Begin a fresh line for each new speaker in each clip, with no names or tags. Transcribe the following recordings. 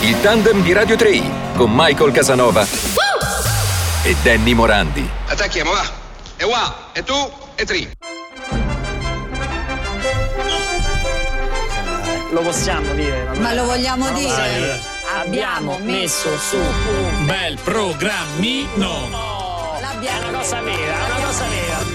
Il tandem di Radio 3 con Michael Casanova e Danny Morandi.
Attacchiamo, va. E qua, e tu, e tri.
Lo possiamo dire. vabbè.
Ma lo vogliamo
Ma
dire?
vai. Abbiamo messo su un
Bel programmino.
po'.
L'abbiamo-
È una cosa vera, è una cosa vera.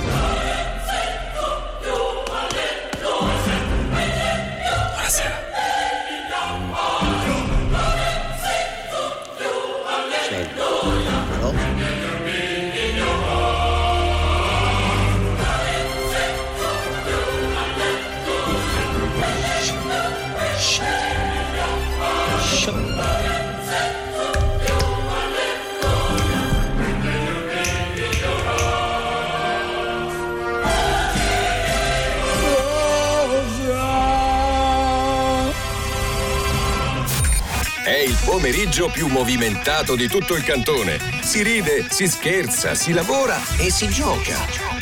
È il pomeriggio più movimentato di tutto il cantone. Si ride, si scherza, si lavora e si gioca.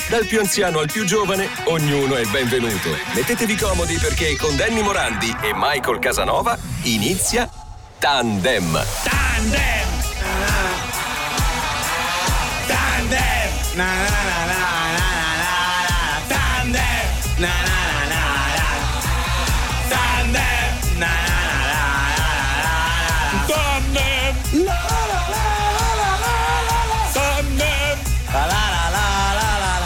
Dal più anziano al più giovane, ognuno è il benvenuto. Mettetevi comodi perché con Danny Morandi e Michael Casanova inizia Tandem.
Tandem. Tandem.
Na na na na na na na na Tandem Na na na na na Tandem Na na na na na
Tandem. Tandem.
La la la la la la la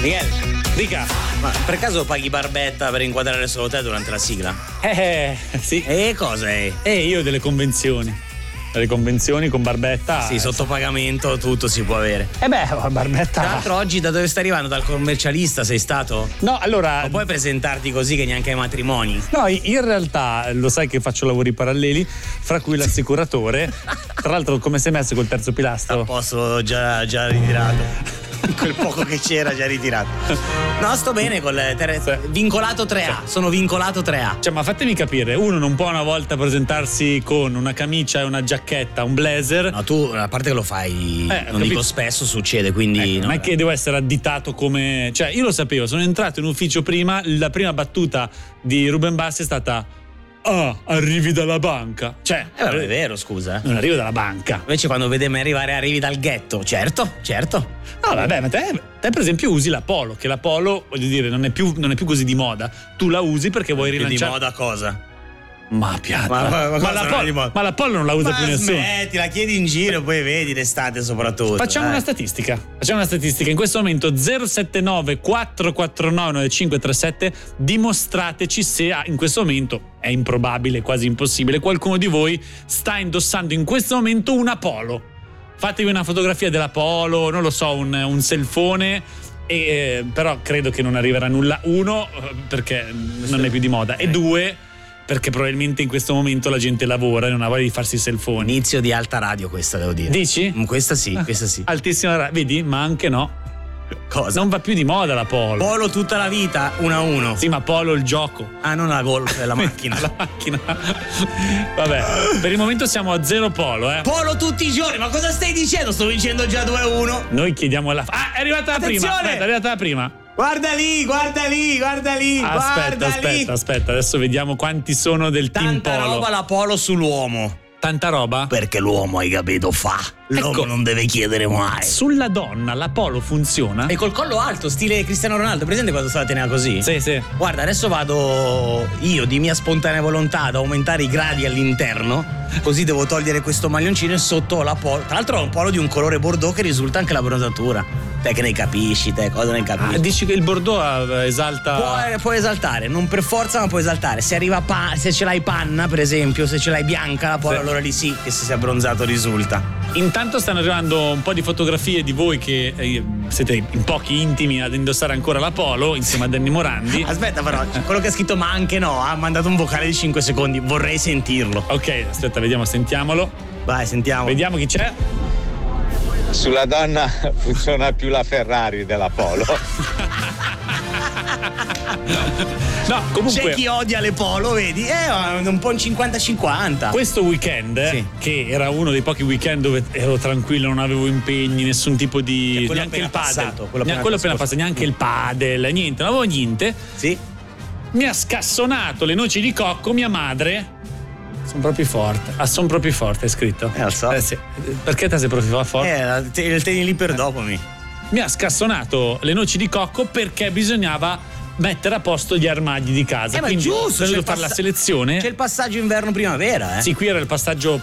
Miguel,
Dica.
ma per caso paghi barbetta per inquadrare solo te durante la sigla?
Eh, sì.
E cosa è?
Eh, io ho delle convenzioni. Delle convenzioni con Barbetta.
Sì, sotto pagamento tutto si può avere.
Eh beh, Barbetta.
Tra l'altro oggi da dove stai arrivando? Dal commercialista sei stato?
No, allora.
Non puoi presentarti così che neanche ai matrimoni.
No, in realtà lo sai che faccio lavori paralleli, fra cui l'assicuratore. Tra l'altro, come sei messo col terzo
A
pilastro?
posto già, già ritirato. Quel poco che c'era già ritirato. No, sto bene col ter-
Sì.
vincolato 3A. Sono vincolato 3A.
Cioè, ma fatemi capire, uno non può una volta presentarsi con una camicia e una giacchetta, un blazer.
No, tu, a parte che lo fai,
Eh, ho
non
capito.
dico spesso, succede, quindi...
Ecco,
no. eh.
non è che devo essere additato come. Cioè, io lo sapevo, sono entrato in ufficio prima. La prima battuta di Ruben Bassi è stata: Ah, arrivi dalla banca. Cioè,
Eh, vabbè, è vero, scusa.
non arrivo dalla banca.
Invece quando vede me arrivare arrivi dal ghetto. Certo, certo.
No, Ah, vabbè, ma te, te, per esempio usi la Polo, che la Polo, voglio dire, non è più, non è più così di moda. Tu la usi perché vuoi
Più di
rilanciare.
moda cosa?
Ma piatta.
Ma- ma- ma
la
cosa non è di
Polo,
moda?
ma la Polo non la usa più nessuno.
smetti, la chiedi in giro, poi vedi d'estate soprattutto.
Facciamo
dai.
una statistica. Facciamo una statistica. In questo momento 079 449 9537 dimostrateci se ah, in questo momento è improbabile, quasi impossibile, qualcuno di voi sta indossando in questo momento una polo. Fatevi una fotografia della polo, non lo so, un, un selfone. e, eh, però credo che non arriverà nulla. Uno, eh, perché non è più di moda. E due, perché probabilmente in questo momento la gente lavora e non ha voglia di farsi i selfoni.
Inizio di alta radio questa, devo dire.
Dici? Ah.
Mm, Questa sì, questa sì.
Altissima, ra- vedi? Ma anche no.
Cosa?
Non va più di moda la polo.
Polo tutta la vita, 1 a 1.
sì, ma polo il gioco.
Ah, non la golf, è la macchina.
La macchina. Vabbè, per il momento siamo a zero polo, eh.
Polo tutti i giorni, ma cosa stai dicendo? Sto vincendo già 2 a 1.
Noi chiediamo alla. Ah, è arrivata la prima!
Attenzione!
Aspetta, è arrivata la prima.
Guarda lì, guarda lì, guarda lì,
Aspetta,
guarda
aspetta,
lì.
aspetta. Adesso vediamo quanti sono del
Tanta
team polo.
roba la polo sull'uomo.
Tanta roba?
Perché l'uomo, hai capito, fa. L'uomo
Ecco.
non deve chiedere mai.
Sulla donna la polo funziona?
E col collo alto, stile Cristiano Ronaldo, presente quando sta la teneva così?
Sì, sì.
Guarda, adesso vado io di mia spontanea volontà ad aumentare i gradi all'interno, così devo togliere questo maglioncino e sotto ho la polo. Tra l'altro ho un polo di un colore bordeaux che risulta anche la bronzatura. Te che ne capisci, te cosa ne
Ah,
capisci?
dici che il Bordeaux ah, esalta.
Puoi, puoi esaltare, non per forza, ma puoi esaltare. Se arriva pa- se ce l'hai panna, per esempio, se ce l'hai bianca la polo,
Sì.
allora lì sì che se sei abbronzato risulta.
Intanto stanno arrivando un po' di fotografie di voi che eh, siete in pochi intimi ad indossare ancora la polo insieme a Danny Morandi.
Aspetta, però, quello che ha scritto ma anche no, ha mandato un vocale di 5 secondi. Vorrei sentirlo.
Ok, aspetta, vediamo, sentiamolo.
Vai, sentiamo.
Vediamo chi c'è.
Sulla donna funziona più la Ferrari della Polo.
No, comunque.
C'è chi odia le polo, vedi? Eh, un po' un 50-50.
Questo weekend,
Sì.
che era uno dei pochi weekend dove ero tranquillo, non avevo impegni, nessun tipo
Cioè,
di.
quello
neanche
appena
il padel.
passato, quello
Neanche-
appena
quello appena
trascorso.
passato, neanche il padel, niente, non avevo niente.
Sì.
Mi ha scassonato le noci di cocco mia madre. Sono proprio forte. Ah, sono proprio forte, è scritto.
Eh, lo so.
Eh, sì. Perché te sei proprio forte?
Eh, la- te- il tieni lì per dopo mi.
mi ha scassonato le noci di cocco perché bisognava mettere a posto gli armadi di casa.
Eh, ma è
Quindi
giusto,
ho dovuto
c'è il
fare la
passa-
selezione.
C'è il passaggio inverno-primavera, eh?
Sì, qui era il passaggio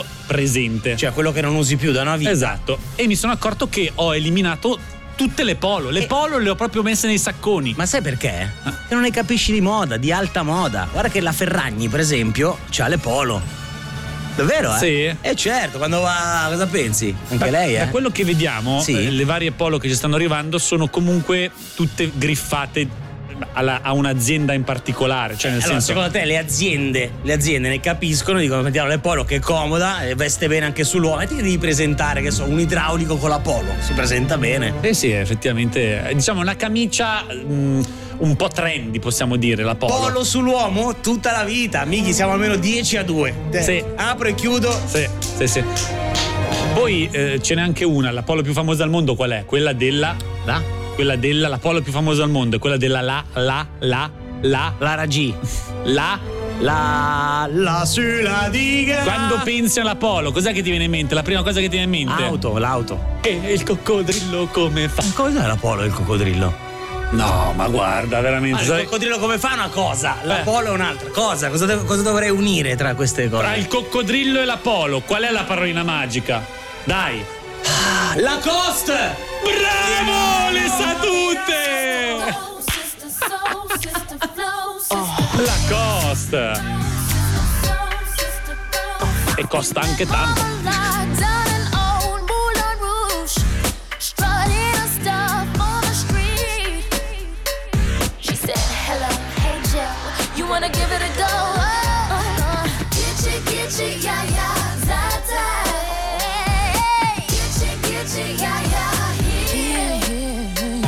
passato-presente.
Cioè, quello che non usi più da una vita.
Esatto. E mi sono accorto che ho eliminato tutte le polo. Le
Eh.
polo le ho proprio messe nei sacconi.
Ma sai perché?
Ah.
Che non ne capisci di moda, di alta moda. Guarda che la Ferragni, per esempio, c'ha le polo. Davvero, eh?
Sì.
Eh certo, quando va. cosa pensi?
Da-
Anche lei, eh?
Da quello che vediamo,
Sì.
eh, le varie polo che ci stanno arrivando sono comunque tutte griffate alla- a un'azienda in particolare. Cioè, nel
Eh, Allora,
senso.
secondo te le aziende, le aziende ne capiscono, dicono mettiamo le polo che è comoda, eh, veste bene anche sull'uomo, e ti devi presentare, che so, un idraulico con la polo, si presenta bene.
Eh sì, effettivamente. eh, Diciamo una camicia mh, un po' trendy, possiamo dire, la polo.
Polo sull'uomo tutta la vita, Miki siamo almeno 10 a 2.
Sì.
Apro e chiudo.
Sì, sì, sì. Poi eh, ce n'è anche una, la polo più famosa al mondo qual è? Quella della... La? Quella della, la polo più famosa al mondo è quella della la, la, la, la,
Lara G.
la.
La la sulla diga.
Quando pensi alla polo, cos'è che ti viene in mente? La prima cosa che ti viene in mente?
Auto, l'auto.
E il coccodrillo come fa?
Cos'è la polo e il coccodrillo?
No, ma guarda,
Ma
veramente...
il
sai-
coccodrillo come fa una cosa, la
Eh.
polo è un'altra cosa. Cosa, dov- cosa dovrei unire tra queste cose?
Tra ah, il coccodrillo e la polo, qual è la parolina magica? Dai!
La cost!
Bravo! Le sa tutte! La costa! E costa anche tanto.
Wanna give it a go? Oh, oh. Get you, get you, yeah, yeah, that, that. Get you, get you, yeah, yeah, here.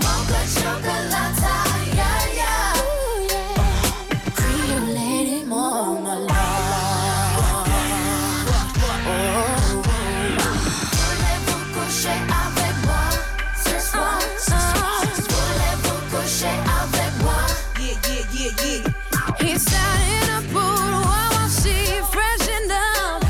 Mocha chocolate, yeah, yeah. Cream lady, mama, Voulez-vous coucher avec moi ce soir? Voulez-vous coucher avec moi? He sat in a pool while she freshened up.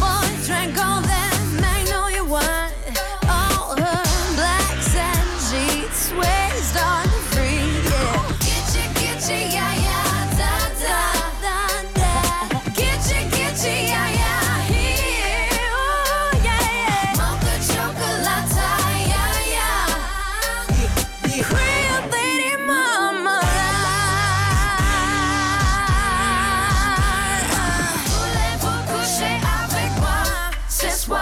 Boy drank all that magnolia wine, all her black satin sheets, waist on free. Yeah. Gitchy, gitchy, yeah, yeah, da da da da. Gitchy, gitchy, yeah, yeah, here, ooh, yeah, yeah. Mocha chocolate, yeah, yeah. Real lady mama Voulez-vous coucher avec moi ce soir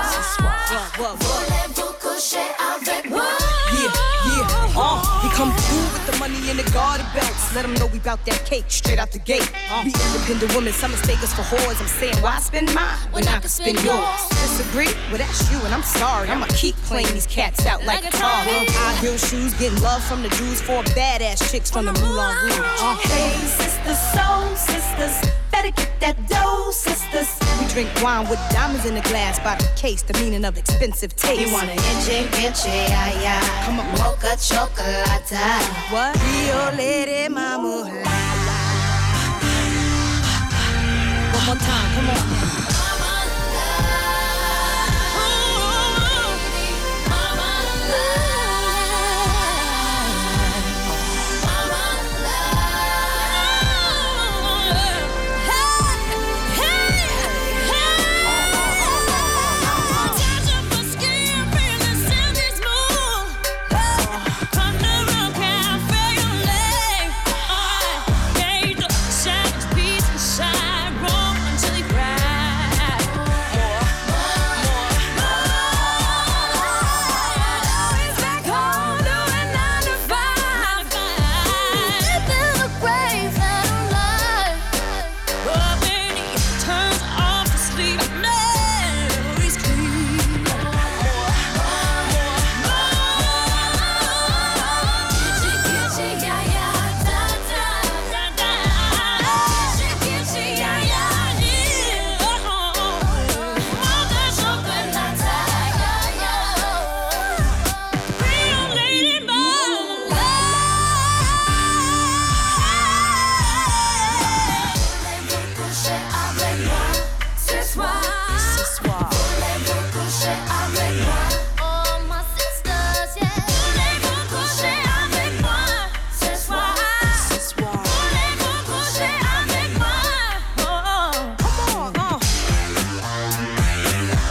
Voulez-vous coucher avec moi
Yeah, yeah, uh, he come through with the money in the garter bags. Let him know we bout that cake straight out the gate.
Uh.
We independent women, some mistake us for whores. I'm saying, why spend mine when I can spend yours? Disagree? Well, that's you, and I'm sorry. I'ma keep playing these cats out like,
Like
like
a
a
target.
High heel shoes, getting love from the dudes, four badass chicks from the Moulin Rouge. Uh,
Hey sisters, soul sisters Better get that dough sisters
we drink wine with diamonds in the glass by the case, the meaning of expensive taste.
You wanna itchy, itchy, ay, ay
Come on.
Mocha chocolate
what? Rio Lady Mama. One more time, come on.
Shine, peace, and shine, roll until you cry.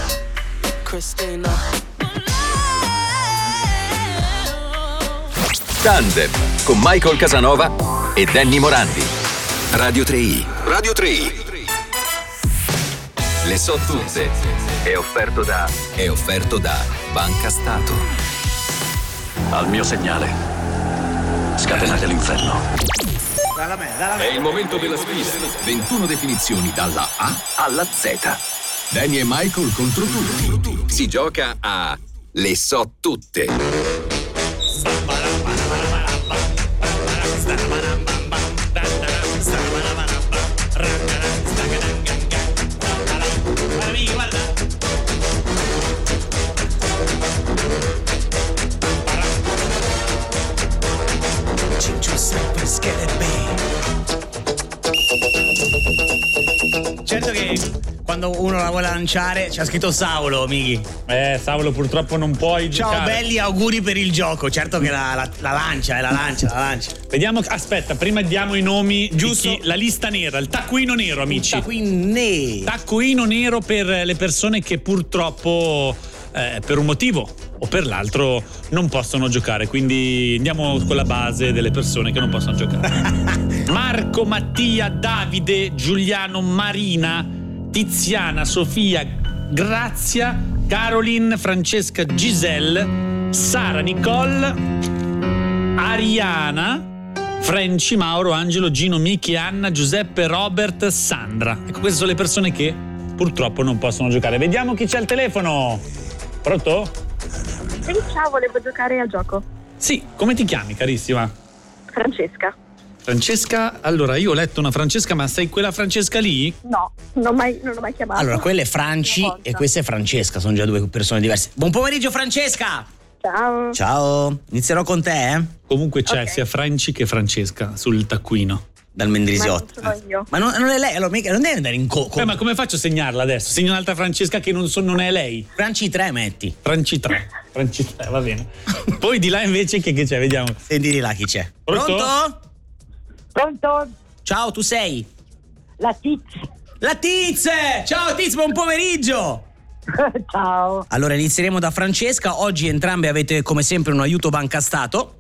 everything up.
Tandem con Michael Casanova e Danny Morandi. Radio 3i.
Radio 3.
Le so tutte. È offerto da. È offerto da Banca Stato. Al mio segnale. Scatenate l'inferno.
Dalla me, dalla
È il momento della sfida. 21 definizioni dalla A alla Z. Danny e Michael contro tutti. Si gioca a Le so tutte.
Ginger snapper skeleton
Certo che quando uno la vuole lanciare c'è scritto Saulo, Miki.
Eh, Saulo purtroppo non puoi
Ciao
giocare.
belli, auguri per il gioco. Certo che la, la- la lancia, eh, la lancia, la lancia.
Vediamo, aspetta, prima diamo i nomi giusto. la lista nera, il taccuino nero, amici.
Taccuino nero.
Taccuino nero per le persone che purtroppo eh, per un motivo o per l'altro non possono giocare. Quindi andiamo con la base delle persone che non possono giocare. Marco, Mattia, Davide, Giuliano, Marina, Tiziana, Sofia, Grazia, Caroline, Francesca, Giselle, Sara, Nicole, Ariana. Franci, Mauro, Angelo, Gino, Michi, Anna, Giuseppe, Robert, Sandra. Ecco, queste sono le persone che purtroppo non possono giocare. Vediamo chi c'è al telefono. Pronto?
ciao, volevo giocare al gioco.
Sì, come ti chiami, carissima?
Francesca.
Francesca, allora io ho letto una Francesca, ma sei quella Francesca lì?
No, non ho mai, non ho mai chiamato.
Allora, quella è Franci e questa è Francesca, sono già due persone diverse. Buon pomeriggio Francesca!
Ciao.
Ciao, inizierò con te, eh?
Comunque c'è sia Franci che Francesca sul taccuino.
Dal Mendrisiotto.
Sono io.
Ma non, non è lei, allora mica, non devi andare in coco.
Eh, ma come faccio a segnarla adesso? Segno un'altra Francesca che non, so- non è lei.
Franci 3 metti.
Franci 3. Franci 3, va bene. Poi di là invece che, che c'è? Vediamo.
Senti di là chi c'è.
Pronto?
Pronto?
Ciao, tu sei?
La Tiz.
La Tiz! Ciao Tiz, buon pomeriggio!
Ciao.
Allora inizieremo da Francesca, oggi entrambe avete come sempre un aiuto banca stato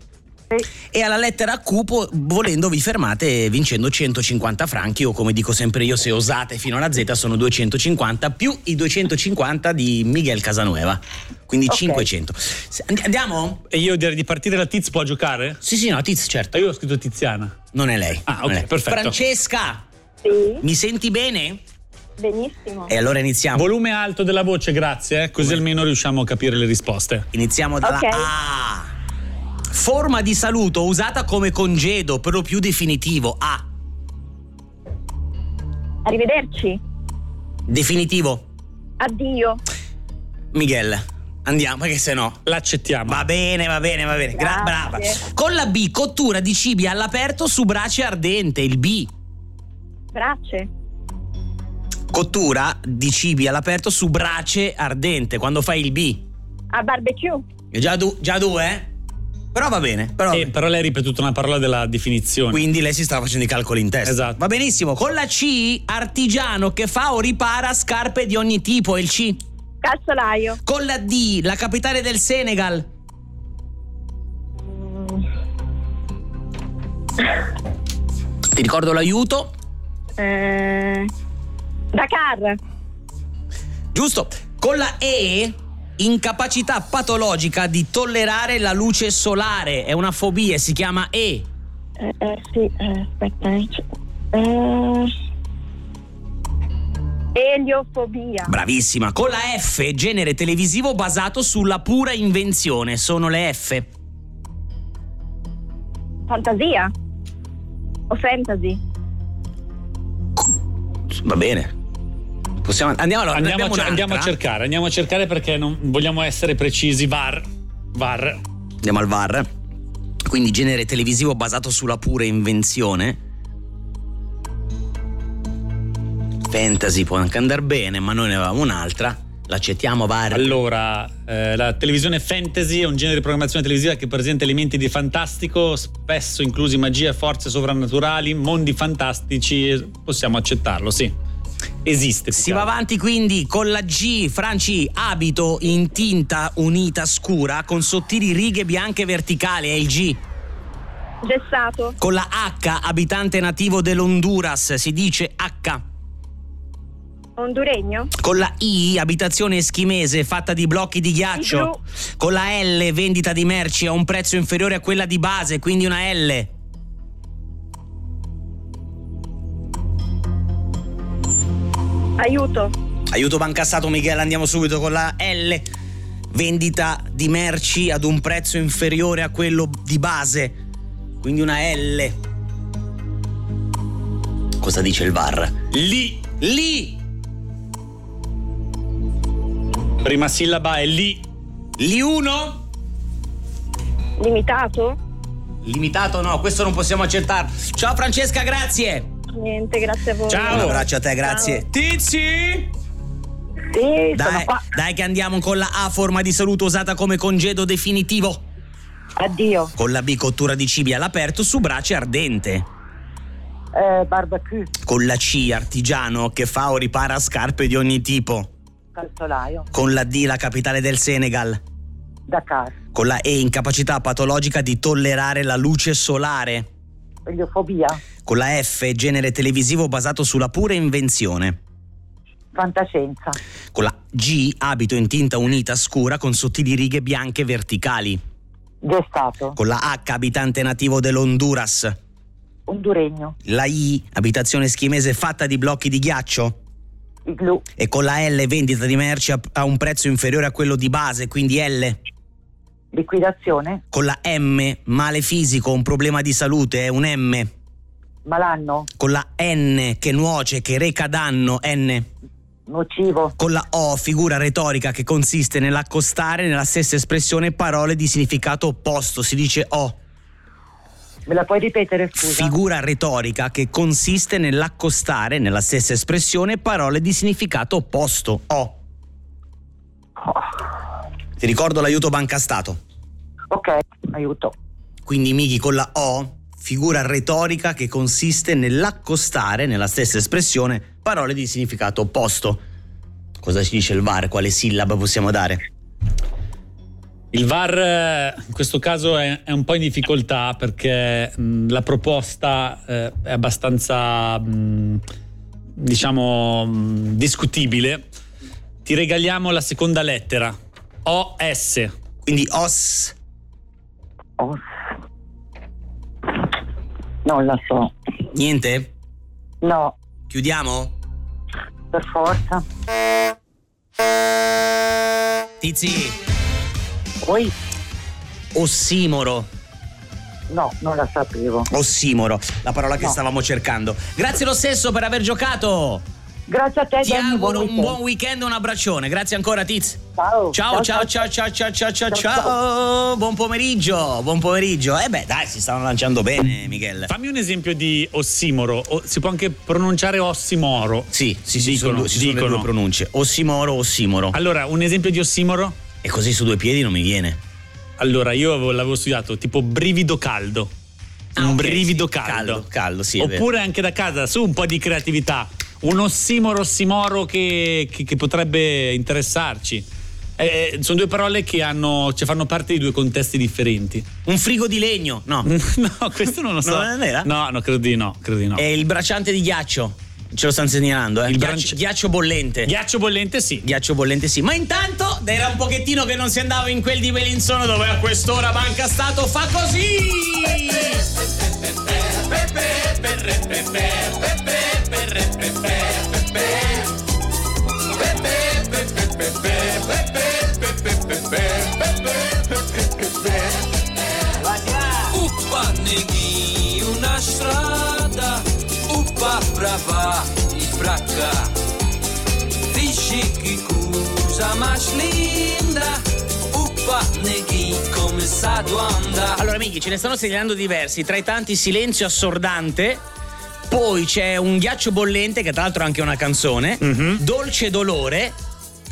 e alla lettera Q po- volendo vi fermate vincendo 150 franchi o come dico sempre io se osate fino alla Z sono 250 più i 250 di Miguel Casanueva, quindi 500. Se- andi- Andiamo?
E io direi di partire la Tiz può giocare?
Sì, sì, no, Tiz certo.
Ah, Io ho scritto Tiziana.
Non è lei.
Ah,
Non è
ok,
lei.
perfetto.
Francesca,
Sì,
mi senti bene?
benissimo.
E allora iniziamo.
Volume alto della voce, grazie, eh, così almeno riusciamo a capire le risposte.
Iniziamo dalla
Ok.
A. Forma di saluto usata come congedo, per lo più definitivo. A.
Arrivederci.
Definitivo.
Addio.
Miguel, andiamo, che se no.
L'accettiamo.
Va bene, va bene, va bene. Gra- brava.
Grazie.
Con la B, cottura di cibi all'aperto su brace ardente. Il B.
Grazie.
Cottura di cibi all'aperto su brace ardente. Quando fai il B.
A barbecue.
È già, du- già due, eh? Però va bene. Però
Eh, però lei ha ripetuto una parola della definizione.
Quindi lei si stava facendo i calcoli in testa.
Esatto.
Va benissimo. Con la C, artigiano che fa o ripara scarpe di ogni tipo, è il C.
Calzolaio.
Con la D, la capitale del Senegal. Ti ricordo l'aiuto.
Eh, Dakar.
Giusto. Con la E, incapacità patologica di tollerare la luce solare. È una fobia, si chiama E.
Eh, eh, sì, eh, aspetta. eh, c- eh, Eliofobia.
Bravissima. Con la F, genere televisivo basato sulla pura invenzione. Sono le F.
Fantasia. O fantasy.
Va bene. Possiamo andiamo allora,
andiamo, a,
abbiamo
cer- andiamo a
un'altra.
cercare, andiamo a cercare perché non vogliamo essere precisi. VAR. VAR.
Andiamo al VAR. Quindi genere televisivo basato sulla pura invenzione. Fantasy può anche andare bene, ma noi ne avevamo un'altra. L'accettiamo VAR.
Allora, eh, la televisione fantasy è un genere di programmazione televisiva che presenta elementi di fantastico, spesso inclusi magia, forze sovrannaturali, mondi fantastici. e Possiamo accettarlo, sì. esiste. più
Si
che
va
altro.
avanti quindi con la G, Franci, abito in tinta unita scura con sottili righe bianche verticali, è il G.
Gessato.
Con la H, abitante nativo dell'Honduras, si dice H.
Honduregno.
Con la I, abitazione eschimese fatta di blocchi di ghiaccio. Con la L, vendita di merci a un prezzo inferiore a quella di base, quindi una L.
Aiuto.
Aiuto Bancassato Michele, andiamo subito con la L. Vendita di merci ad un prezzo inferiore a quello di base, quindi una L. Cosa dice il VAR?
Lì.
Lì.
Prima sillaba è lì.
Lì uno?
Limitato?
Limitato no, questo non possiamo accertarlo. Ciao Francesca, grazie.
Niente, grazie a voi.
Un abbraccio a te, grazie. Tizi! Dai, dai che andiamo con la A forma di saluto usata come congedo definitivo.
Addio.
Con la B cottura di cibi all'aperto su brace ardente.
Eh, barbecue,
Con la C artigiano che fa o ripara scarpe di ogni tipo.
calzolaio,
Con la D la capitale del Senegal.
Dakar,
Con la E incapacità patologica di tollerare la luce solare.
eliofobia,
Con la F genere televisivo basato sulla pura invenzione.
fantascienza,
Con la G abito in tinta unita scura con sottili righe bianche verticali.
gestato,
Con la H abitante nativo dell'Honduras.
honduregno,
La I abitazione eschimese fatta di blocchi di ghiaccio.
iglu,
e con la L vendita di merci a, a un prezzo inferiore a quello di base, quindi L.
liquidazione,
Con la M, male fisico, un problema di salute, è un M.
malanno,
Con la N, che nuoce, che reca danno, N.
nocivo,
Con la O, figura retorica che consiste nell'accostare nella stessa espressione parole di significato opposto, si dice O.
me la puoi ripetere scusa?
Figura retorica che consiste nell'accostare nella stessa espressione parole di significato opposto, O. Ti ricordo l'aiuto Banca Stato.
Oh, ok, aiuto,
Quindi Miki con la O, figura retorica che consiste nell'accostare nella stessa espressione parole di significato opposto. Cosa ci dice il VAR? Quale sillaba possiamo dare?
Il VAR eh, in questo caso è, è un po' in difficoltà perché mh, la proposta eh, è abbastanza, mh, diciamo, mh, discutibile. Ti regaliamo la seconda lettera, OS.
Quindi os,
os, Oh. non la so,
niente?
no,
Chiudiamo?
per forza,
Tizi,
poi
ossimoro.
no, non la sapevo.
Ossimoro, la parola che
No.
stavamo cercando. Grazie lo stesso per aver giocato.
Grazie a te,
Ti
Danny,
auguro un
weekend.
buon weekend e un abbraccione. Grazie ancora Tiz.
Ciao.
Ciao ciao ciao ciao ciao ciao ciao ciao. Buon pomeriggio, buon pomeriggio. Eh beh, dai, si stanno lanciando bene, Michele.
Fammi un esempio di ossimoro, o- si può anche pronunciare ossimoro.
Sì, sì, sì,
Dicono,
sono, due- ci sono le
dicono.
due pronunce. Ossimoro, ossimoro.
Allora, un esempio di ossimoro?
E così su due piedi non mi viene.
Allora, io avevo- l'avevo studiato tipo brivido caldo.
Ah,
un
ok,
brivido
sì,
caldo.
caldo, caldo, sì, è vero.
Oppure anche da casa, su un po' di creatività. Un ossimoro ossimoro che, che- che potrebbe interessarci. Eh, eh, sono due parole che hanno, cioè, fanno parte di due contesti differenti.
Un frigo di legno, no.
Mm. no, questo non lo so.
No, non Eh. era?
No, no, credo di no, credo di no.
E il bracciante di ghiaccio. Ce lo stanno segnalando, eh.
Il
ghiaccio,
branci-
ghiaccio bollente.
Ghiaccio bollente sì.
Ghiaccio bollente sì, ma intanto era un pochettino che non si andava in quel di Bellinzona dove a quest'ora manca stato fa così!
Uppa neghi una strada, uppa brava i fracca. Dici che cosa más linda, uppa neghi come sa duanda.
Allora amici, ce ne stanno segnalando diversi, tra i tanti silenzio assordante, poi c'è un ghiaccio bollente che tra l'altro è anche una canzone, dolce dolore.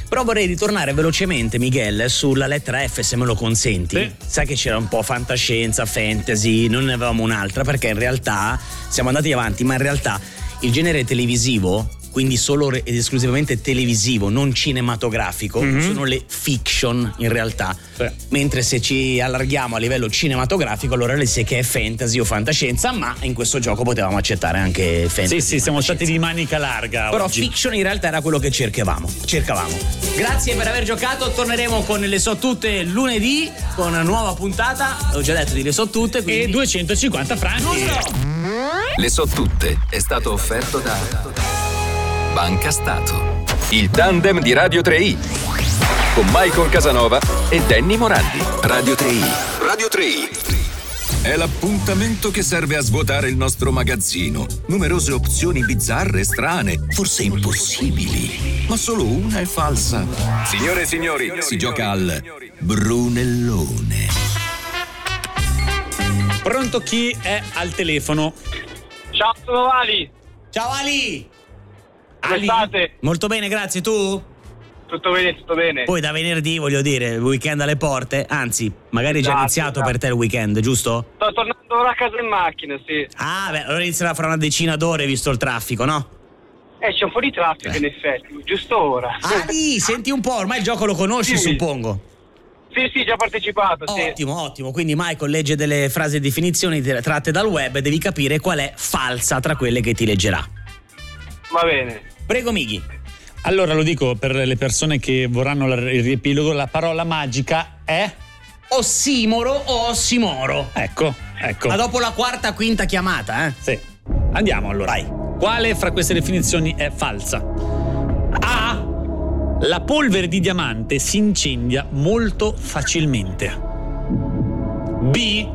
Però vorrei ritornare velocemente, Miguel, sulla lettera F, se me lo consenti.
Sì.
Sai che c'era un po' fantascienza, fantasy, non ne avevamo un'altra, perché in realtà siamo andati avanti, ma in realtà il genere televisivo quindi solo re- ed esclusivamente televisivo, non cinematografico, sono le fiction in realtà. Mentre se ci allarghiamo a livello cinematografico, allora le sai che è fantasy o fantascienza, ma in questo gioco potevamo accettare anche fantasy.
Sì, sì, siamo stati di manica larga.
Però
oggi.
fiction in realtà era quello che cercavamo. Cercavamo. Grazie per aver giocato, torneremo con le so tutte lunedì con una nuova puntata. Ho già detto di le so tutte, quindi e
250 franchi.
Le so tutte è stato offerto da Banca Stato.
Il tandem di Radio 3i con Michael Casanova e Danny Morandi. Radio 3i. Radio 3i. È l'appuntamento che serve a svuotare il nostro magazzino. Numerose opzioni bizzarre, strane, forse impossibili, ma solo una è falsa. Signore e signori, si gioca al Brunellone.
Pronto chi è al telefono?
Ciao, sono Ali.
Ciao Ali.
Come state?
Molto bene, grazie. Tu?
Tutto bene, tutto bene.
Poi da venerdì, voglio dire, il weekend alle porte, anzi, magari è già
Esatto,
iniziato
esatto.
per te il weekend, giusto?
Sto tornando ora a casa in macchina, sì.
Ah, beh, allora inizierà fra una decina d'ore visto il traffico, no?
Eh, c'è un po' di traffico in effetti, giusto ora.
Ah. Ali, senti un po', ormai il gioco lo conosci,
Sì.
suppongo.
Sì, sì, già partecipato, sì.
Ottimo, ottimo. Quindi Michael legge delle frasi e definizioni tra- tratte dal web e devi capire qual è falsa tra quelle che ti leggerà.
Va bene.
Prego Mighi.
Allora lo dico per le persone che vorranno la- il riepilogo, la parola magica è
ossimoro o ossimoro.
Ecco, ecco.
Ma dopo la quarta, quinta chiamata, eh?
Sì. Andiamo allora. Quale fra queste definizioni è falsa? A. La polvere di diamante si incendia molto facilmente. B.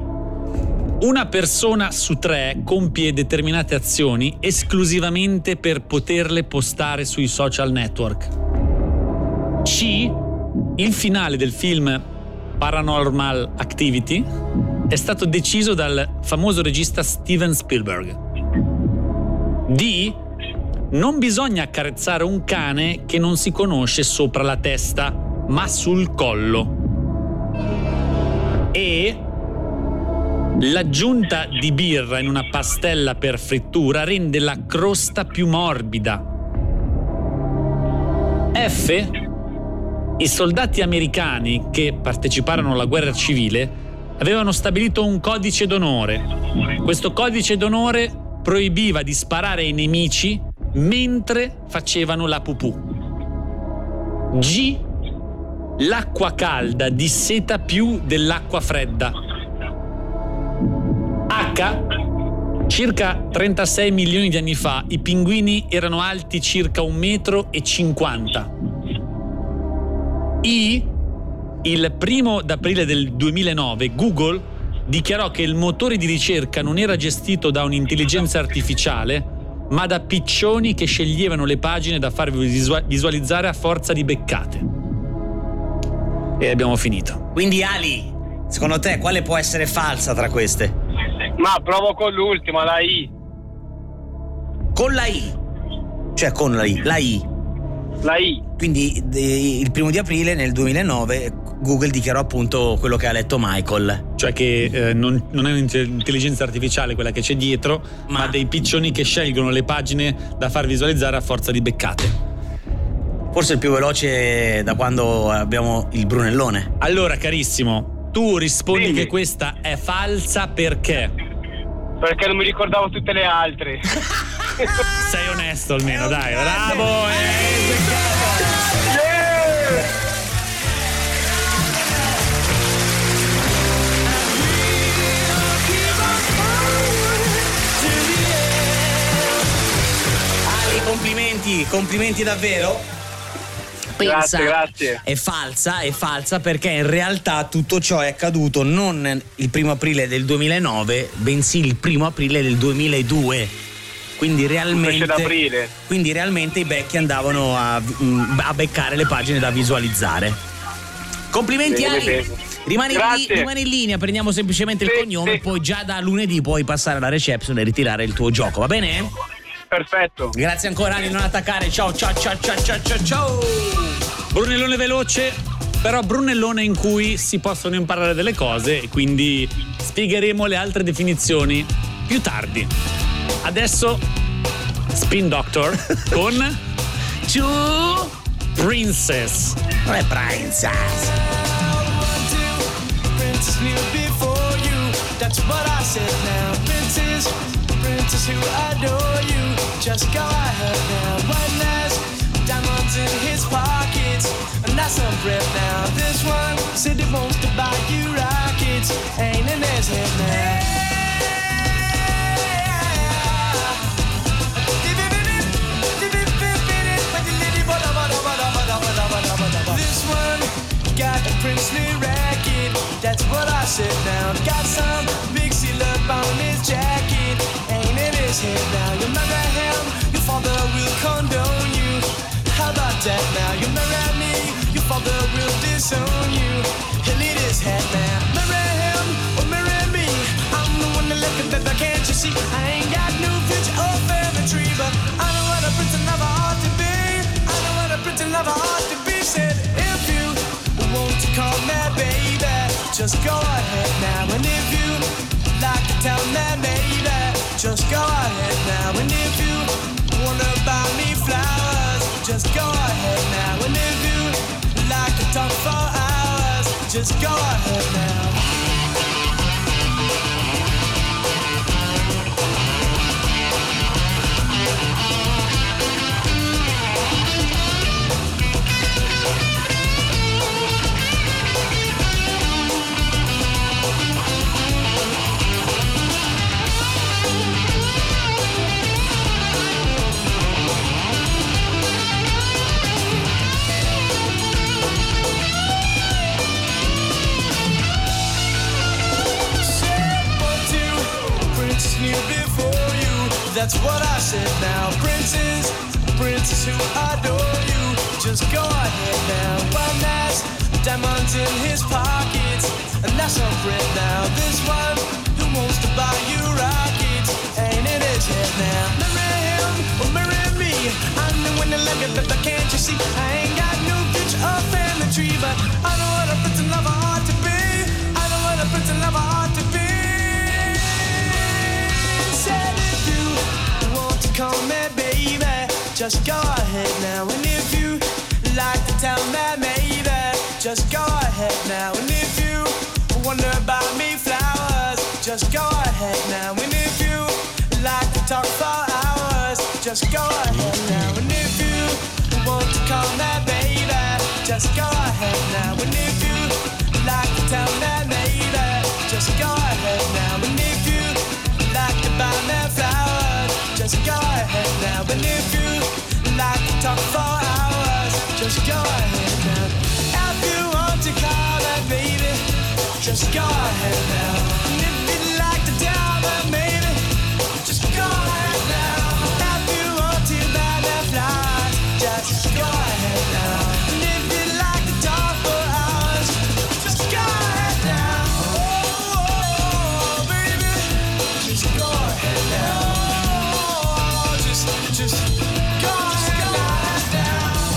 Una persona su tre compie determinate azioni esclusivamente per poterle postare sui social network. C. Il finale del film Paranormal Activity è stato deciso dal famoso regista Steven Spielberg. D. Non bisogna accarezzare un cane che non si conosce sopra la testa, ma sul collo. E. L'aggiunta di birra in una pastella per frittura rende la crosta più morbida. F. I soldati americani che parteciparono alla guerra civile avevano stabilito un codice d'onore. Questo codice d'onore proibiva di sparare ai nemici mentre facevano la pupù. G. L'acqua calda disseta più dell'acqua fredda. H. Circa 36 milioni di anni fa i pinguini erano alti circa 1,50 metro. e 50. I. Il primo d'aprile del 2009 Google dichiarò che il motore di ricerca non era gestito da un'intelligenza artificiale, ma da piccioni che sceglievano le pagine da farvi visua- visualizzare a forza di beccate. E abbiamo finito.
Quindi Ali, secondo te quale può essere falsa tra queste?
Ma provo con l'ultima, la I.
Con la I. Cioè con la I. La I.
La I.
Quindi de- il primo di aprile nel 2009 Google dichiarò appunto quello che ha letto Michael.
Cioè che eh, non, non è un'intelligenza artificiale quella che c'è dietro, ma... dei piccioni che scelgono le pagine da far visualizzare a forza di beccate.
Forse il più veloce da quando abbiamo il Brunellone.
Allora, carissimo, tu rispondi che questa è falsa perché?
Perché non mi ricordavo tutte le altre.
Sei onesto almeno, dai, bravo! eh.
Ali, complimenti, complimenti davvero. Pensa,
Grazie, grazie.
È falsa, è falsa perché in realtà tutto ciò è accaduto non il primo aprile del 2009, bensì il primo aprile del 2002. Quindi realmente,
Fece d'aprile.
quindi realmente i vecchi andavano a, mm, a beccare le pagine da visualizzare. Complimenti
Bene,
Ali!
bene.
Rimani, in li-
Grazie.
rimani in linea, prendiamo semplicemente il cognome, poi già da lunedì puoi passare alla reception e ritirare il tuo gioco, va bene?
Perfetto.
Grazie ancora Ali, non attaccare. Ciao ciao ciao ciao ciao ciao ciao.
Brunellone veloce, però Brunellone in cui si possono imparare delle cose e quindi spiegheremo le altre definizioni più tardi. Adesso Spin Doctor con Two Princess.
Non è Princess.
Princess knew before you. That's what I said now. Princess, princess who adore you. Just go ahead now. One has diamonds in his pockets. And that's some breath now. This one said he wants to buy you rockets. Ain't in his head now. This one got a princely racket. That's what I said now. Got some big seal up on his jacket. Ain't in his head now. You marry him, your father will condone you. How about that now? You marry me, your father will disown you. He'll eat his head now. Marry him or marry me. I'm the one that left him, baby. Can't you see? I ain't got no future or family tree, but I know what a prince and lover ought to be. I know what a prince and lover ought to be. Said if you want to call that baby, just go ahead now. And if you like to tell that baby, just go ahead now. And if you wanna buy me flowers, just go ahead now. And if you like to talk for hours, just go ahead now. Prince knew before you. That's what I said now. Princes, princes who adore you. Just go ahead now. One has diamonds in his pockets. And that's a friend now. This one who wants to buy you rockets. Ain't in his head now. Marry him or marry me. I'm the one that left you, but can't you see? I ain't got no future or family tree, but I know what a prince and lover ought to be. I know what a prince and lover ought to be. Said if you want to call me baby, just go ahead now. And if you like to tell me maybe, just go ahead now. And if you wonder about me flowers, just go ahead now. And if you like to talk for hours, just go ahead now. And if you want to call me baby, just go ahead now. And if you like to tell me maybe, just go ahead now. And if you like to buy me flowers, just go ahead now. And if you like to talk for hours, just go ahead now. If you want to call that baby, just go ahead now. And if you'd like to tell me maybe, just go ahead now. If you want to buy me flowers, just go ahead now. And if you'd like to talk for hours, just go ahead now. Oh, baby. Just go ahead Oh, now. Just, just go ahead now.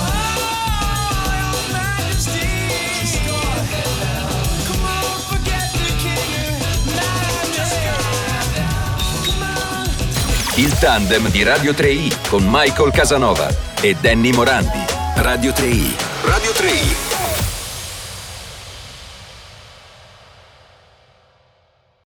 Oh, your majesty. Just go ahead now. Come on, forget the king and lion. Just go ahead
Il tandem di Radio 3i con Michael Casanova e Danny Morandi. Radio 3i.
Radio 3